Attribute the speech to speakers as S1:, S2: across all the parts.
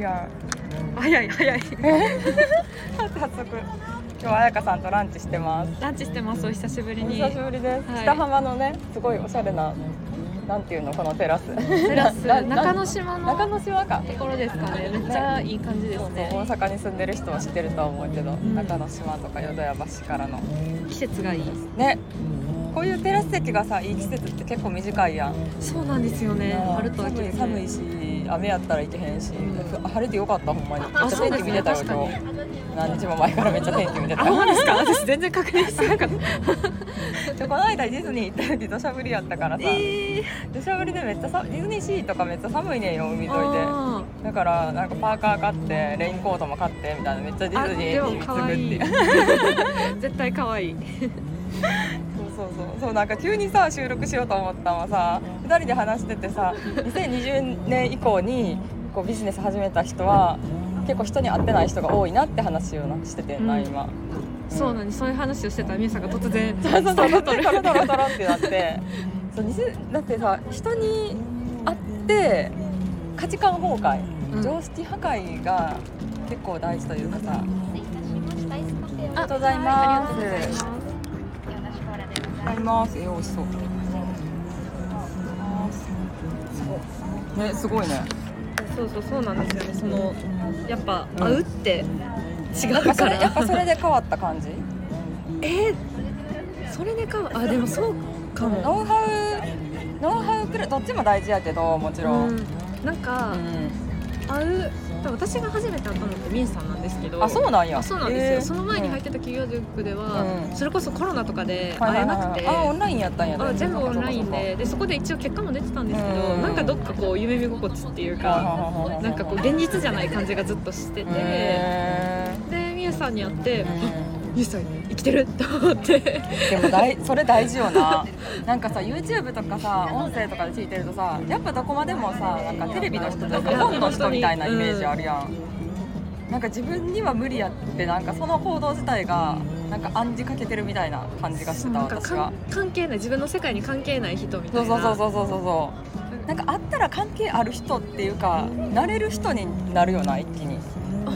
S1: や
S2: 早い早い
S1: 早速今日は彩香さんとランチしてます
S2: ランチしてますお久しぶり
S1: お
S2: に
S1: 久しぶりです、
S2: はい
S1: 北浜のねすごいおしゃれななんていうのこのテラス
S2: テラス
S1: なな
S2: 中之島の
S1: 中
S2: と
S1: 之島か
S2: ころですかねめっちゃいい感じで
S1: そ
S2: す
S1: うそう
S2: ね
S1: 大阪に住んでる人は知ってるとは思うけど、
S2: ん
S1: 中之島とか淀屋橋からの
S2: 季節がいい
S1: ねこういうテラス席がさいい季節って結構短いやん、
S2: そうなんですよね春と秋
S1: 寒い寒いし雨やったら行けへんし、晴れてよかったほんまにめっち
S2: あ
S1: ゃ
S2: そうで
S1: 天気
S2: す
S1: 見
S2: ね
S1: てたよ
S2: 確か
S1: 今
S2: に
S1: 日何日も前からめっちゃ天気見てた
S2: あ本当ですか私全然確認してなか った
S1: ちょこの間ディズニー行った時土砂降りやったからさ、
S2: えー
S1: 土砂降りでめっちゃさディズニーシーとかめっちゃ寒いねんよ海沿いで
S2: あ
S1: だからなんかパーカー買ってレインコートも買ってみたいなめっちゃデ
S2: ーあ
S1: ィズニ
S2: で
S1: ー
S2: も
S1: に
S2: 可愛
S1: 次
S2: い
S1: ぐってい う
S2: 絶対可愛い
S1: そうそうそうそうなんか急にさ収録しようと思ったのはさ2人で話しててさ2020年以降にこうビジネス始めた人は結構人に会ってない人が多いなって話をなしててんな
S2: うん
S1: 今、
S2: そうなのにそういう話をしてたら皆さんが突然
S1: そうそうそう
S2: 伝え
S1: ト
S2: とる
S1: ロトロトロってなってそう2000だってさ人に会って価値観崩壊、
S2: うん
S1: 常識破壊が結構大事というかさ
S3: アイスカフェを
S1: ありがとうございます
S3: はいありがとうございますよろしくお願いします
S1: 買いますえ美味しそうすごいねすごいね
S2: そうそうそうなんですよねそのやっぱ会うって違
S1: やっぱ
S2: う
S1: そ
S2: か
S1: れやっ
S2: ら
S1: ぱそれで変わった感じ
S2: えーそれでかあでもそうかも
S1: ノウハウノウハウくらいどっちも大事やけどもちろん、うん
S2: うん、なんか会う多分私が初めて会ったのってみんさんなんですけど
S1: あそうなんや
S2: あそうなんですよ、
S1: えー
S2: その前に入ってた企業塾では、
S1: うん
S2: それこそコロナとかで
S1: はい
S2: 会え
S1: はいはい
S2: なくて、
S1: あオンラインやったんや
S2: あ全部オンラインででそこで一応結果も出てたんですけど、
S1: うん
S2: なんかどっかこう夢見心地っていうか、
S1: な
S2: なんかこう現実じゃない感じがずっとしてて、でみゆさんに会って「みゆさん生きてる!」と思って
S1: でもだいそれ大事よななんかさ YouTube とかさ音声とかで聞いてるとさやっぱどこまでもさなんかテレビの人とか本の人みたいなイメージあるやん、なんか自分には無理やってなんかその行動自体がなんか暗示かけてるみたいな感じがしてた
S2: なんか
S1: 私は
S2: かん関係ない自分の世界に関係ない人みた
S1: そう
S2: い
S1: そう
S2: な
S1: そうそうそうそうそうなんかあったら関係ある人っていうかなれる人になるよな一気に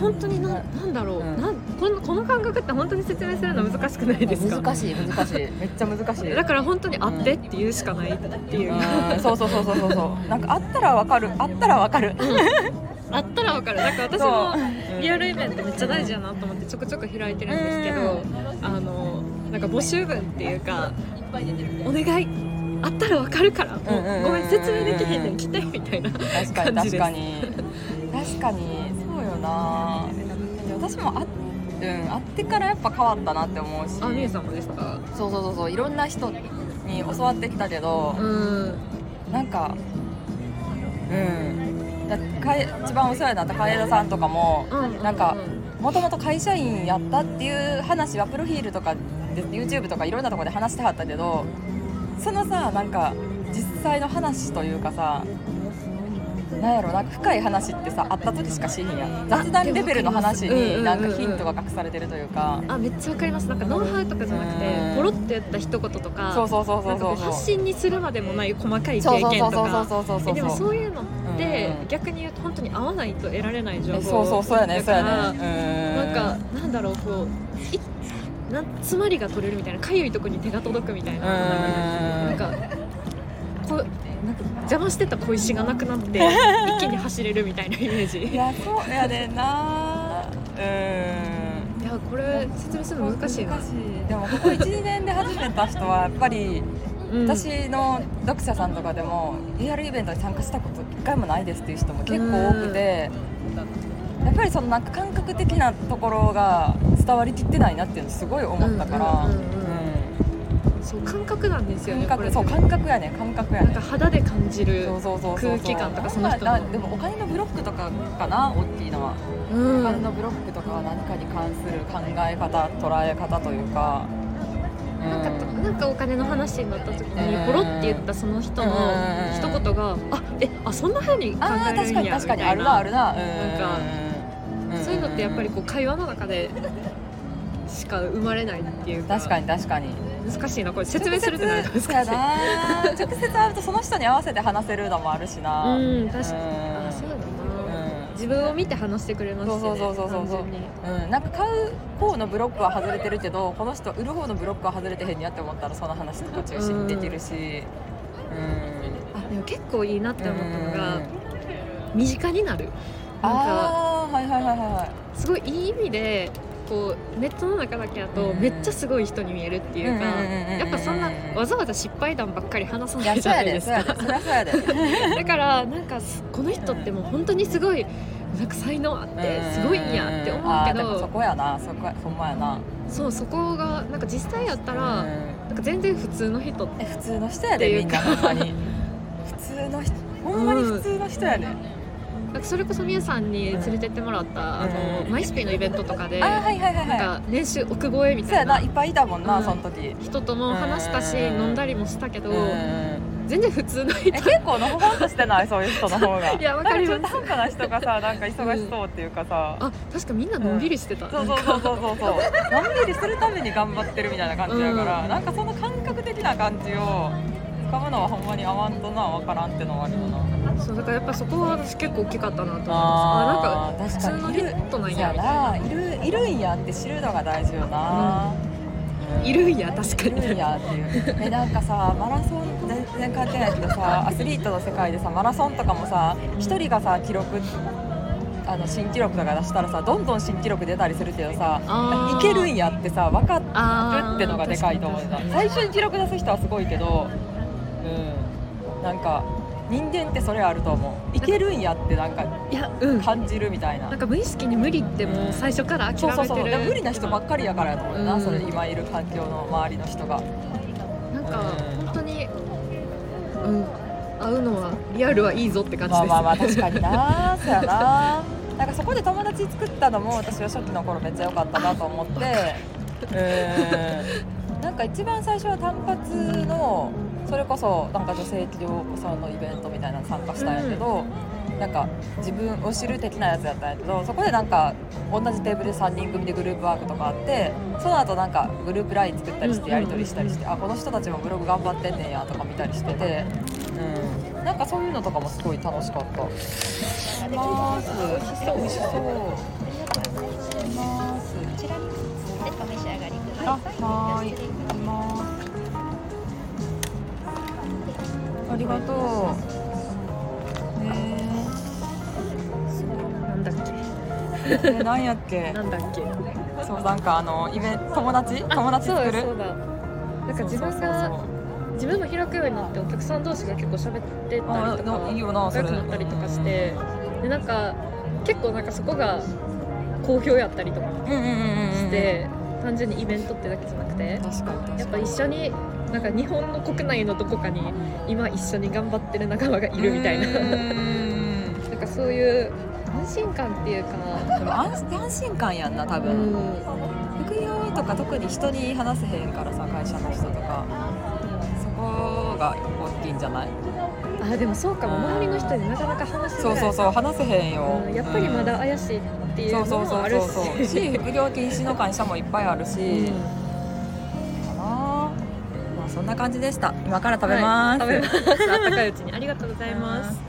S2: 本当にななんだろう、
S1: うん
S2: なんこのこの感覚って本当に説明するの難しくないですか
S1: 難しい難しいめっちゃ難しい
S2: だから本当に会ってって言うしかないっていう、
S1: うんそうそうそうそうそうそうなんかあったらわかるあったらわかる
S2: あったらわかるなんか私
S1: そう
S2: もリアルイベントめっちゃ大事やなと思ってちょくちょく開いてるんですけど、あのなんか募集文っていうかお願いあったらわかるからも
S1: うんうんうんう
S2: うんごめん説明できへんねん来てみたいな
S1: 確かに
S2: 感じ
S1: 確
S2: です
S1: かに確かにそうよな私もあ、うん、会ってからやっぱ変わったなって思うし
S2: あみゆさんもですか
S1: そうそうそうそういろんな人に教わってきたけど
S2: う、ん
S1: なんかうんだかえ一番お世話になった楓田さんとかも
S2: うん
S1: なんかもともと会社員やったっていう話はプロフィールとかで YouTube とかいろんなところで話してはったけどそのさなんか実際の話というかさなんやろなんか深い話ってさ会った時しかしへんやん雑談レベルの話
S2: う
S1: に
S2: ん
S1: なんかヒントが隠されてるというか
S2: あめっちゃわかりますなんかノウハウとかじゃなく
S1: うん
S2: てポロッとやった一言とか
S1: そうそうそう
S2: な
S1: そ
S2: ん
S1: う
S2: かこ
S1: そううそう
S2: 発信にするまでもない細かい
S1: そ
S2: 経
S1: うそう
S2: 験と
S1: そう
S2: か
S1: そうそうそう
S2: えでも
S1: そ
S2: そうういうのって
S1: うん
S2: 逆に言うと本当に合わないと得られない情報
S1: えそうそうそうや
S2: だ
S1: ねそう
S2: から
S1: やねう
S2: なんかなんだろうこういなん詰まりが取れるみたいなかゆいとこに手が届くみたいな
S1: う
S2: なん
S1: ん
S2: かこうなんか邪魔してた小石がなくなって 一気に走れるみたいなイメージ
S1: い
S2: いや
S1: やそうやでんなうん
S2: これ説明するの難しいな
S1: 難しいでもここ12年で始めた人はやっぱり
S2: うん
S1: 私の読者さんとかでもリアルイベントに参加したこと1回もないですっていう人も結構多くてやっぱりそのなんか感覚的なところが伝わりきってないなっていうのすごい思ったから
S2: うんうんうんそう感覚なんですよ
S1: うん
S2: ね
S1: 感
S2: これ
S1: 覚そう感覚やね感覚や
S2: なん
S1: ね
S2: か肌で感じる
S1: そうそうそうそう
S2: 空気感とかその人の
S1: なんでもお金のブロックとかかな大きいのは
S2: うん
S1: お金のブロックとか何かに関する考え方捉え方というか
S2: なんかとなんかお金の話になった時
S1: うん
S2: にポロって言ったその人の
S1: うん
S2: 一言があえあそんな風に考
S1: ああ
S2: える
S1: 確
S2: んや
S1: かに
S2: み
S1: 確か
S2: た
S1: にあ
S2: い
S1: るな
S2: な
S1: あるな
S2: なんそういうのってやっぱりこう会話の中でしか生まれないっていうか
S1: 確かに確かに
S2: 難しいなこれ説明するってなると
S1: 直接
S2: 難しい
S1: やな直接会うとその人に合わせて話せるのもあるしな
S2: うん確かに
S1: うん
S2: あそうだな
S1: うん
S2: 自分を見て話してくれますしね
S1: そうそうそうそうそう
S2: 単純に
S1: うん、なんか買う方のブロックは外れてるけどこの人売る方のブロックは外れてへんやって思ったらその話とか中心にできるし、うん、
S2: あでも結構いいなって思ったの
S1: うん
S2: が身近になるなんか
S1: ああーはいはいはいは
S2: すごいいい意味でこうネットの中だけだと
S1: うん
S2: めっちゃすごい人に見えるっていうか
S1: うんうんうんうんうん
S2: やっぱそんなわざわざ失敗談ばっかり話さ
S1: いい
S2: な
S1: や
S2: いじ
S1: そう
S2: ゃな
S1: や
S2: いで
S1: ですそうや
S2: か
S1: でそりゃそうやで
S2: だからなんかすこの人ってもう本当にすごいなんか才能あってすごいんやって思うけ
S1: あーでもそ
S2: ど
S1: こやなそこやほんまやな
S2: そうそこがなんか実際やったら
S1: うん
S2: なんか全然普通の人
S1: え普通の人やでみんな
S2: って
S1: ほ
S2: いうん
S1: まに普通の人ほんまに普通の人やで、
S2: なんかそれこそ皆さんに連れてってもらったあの
S1: うん
S2: マイスピのイベントとかで
S1: あー
S2: な
S1: はいはいはい
S2: ん
S1: は
S2: か年収億超えみ
S1: いそう
S2: た
S1: や
S2: い
S1: な
S2: ない
S1: っぱいいたもんな、
S2: うん
S1: その時
S2: 人とも話したし
S1: うん
S2: 飲んだりもしたけど
S1: うん
S2: 全然普通の人
S1: え結構のほほんとしてない そういう人の方が
S2: いやわかり
S1: なん
S2: ま
S1: かちょっと半端な人がさなんか忙しそうっていうかさ、
S2: あ確かみんなのんびりしてた、
S1: そうそうそうそうそうそうのんびりするために頑張ってるみたいな感じやから、なんかその感覚的な感じをつかむのはほんまに合わんとな分からんってのはあるよな
S2: そうだからやっぱそこは私結構大きかったなと思いますあなん
S1: あ
S2: か普
S1: ー
S2: 通
S1: 確
S2: の
S1: かにいる
S2: 人なん
S1: そ
S2: や
S1: うや
S2: みたいな
S1: ないるいるんやって知るのが大事よな、
S2: いるんや確か
S1: いるん
S2: に
S1: やっていうえなんかさマラソン全然関係ないけどさアスリートの世界でさマラソンとかもさ一人がさ記録あの新記録とか出したらさどんどん新記録出たりするけどさ
S2: あー
S1: いけるんやってさ分かっ
S2: あ
S1: るってのがでかいと思うな最初に記録出す人はすごいけどうんなんか人間ってそれあると思ういけるんやってなんか
S2: いやうん
S1: 感じるみたいな
S2: なんか無意識に無理ってもう最初から諦
S1: そう
S2: めてる
S1: そうそうでも無理な人ばっかりやからやと思うな、
S2: うん
S1: それ今いる環境の周りの人が
S2: なんか本当にうん会うのはリアルはいいぞって感じ
S1: ま
S2: で
S1: あ
S2: す
S1: まあまあ確かになそうやななんかそこで友達作ったのも私は初期の頃めっちゃ良かったなと思ってうんなんか一番最初は単発のそれこそなんか女性企業さんのイベントみたいなの参加したんやけど、なんか自分を知る的なやつやったんやけどそこでなんか同じテーブルで3人組でグループワークとかあってその後なんかグループ LINE 作ったりしてやり取りしたりして、あこの人たちもブログ頑張ってんねんやとか見たりしてて、うん、なんかそういうのとかもすごい楽しかった。ます。美味しそう。ます。
S3: こちらにぜひお召し上がりくだ
S1: あ
S3: さい。
S1: はーい。います。ありがとう。ね
S2: なんだっ
S1: え。え、なんやっけ
S2: け。なんだっけ
S1: そう、なんか、あの、イベント、友達、友達
S2: そう
S1: 作
S2: だ
S1: る。
S2: そうだなんか自分
S1: そうそう
S2: が
S1: そう
S2: 自分も開くようになってお客さん同士が結構喋ってた
S1: あ
S2: りと
S1: な
S2: か
S1: いいよな、そ
S2: 仲良
S1: れ。
S2: くなったりとかしてでなんか結構なんかそこが好評やったりとか
S1: うん。うんうんうんうん。
S2: して、単純にイベントってだけじゃなくて
S1: 確かに、確かに。
S2: やっぱ一緒になんか日本の国内のどこかに今一緒に頑張ってる仲間がいるみたいな
S1: う
S2: なんんかそういう安心感っていうか
S1: でも安安心感やんな多
S2: う
S1: 分、
S2: ん
S1: 副業とか特に人に話せへんからさ会社の人とかそこが大きいんじゃない
S2: あでもそうかも周りの人になかなか話せ
S1: そ
S2: な
S1: う
S2: い
S1: そうそう話せへんよ、
S2: うんやっぱりまだ怪しいって
S1: うん
S2: いう
S1: そう
S2: の
S1: そう
S2: も
S1: そ
S2: あ
S1: う
S2: る
S1: そうそう
S2: し
S1: し副業禁止の会社もいっぱいあるし、
S2: うん
S1: かなまあそんな感じでした今から食べます、
S2: はい食べますあったかいうちにありがとうございます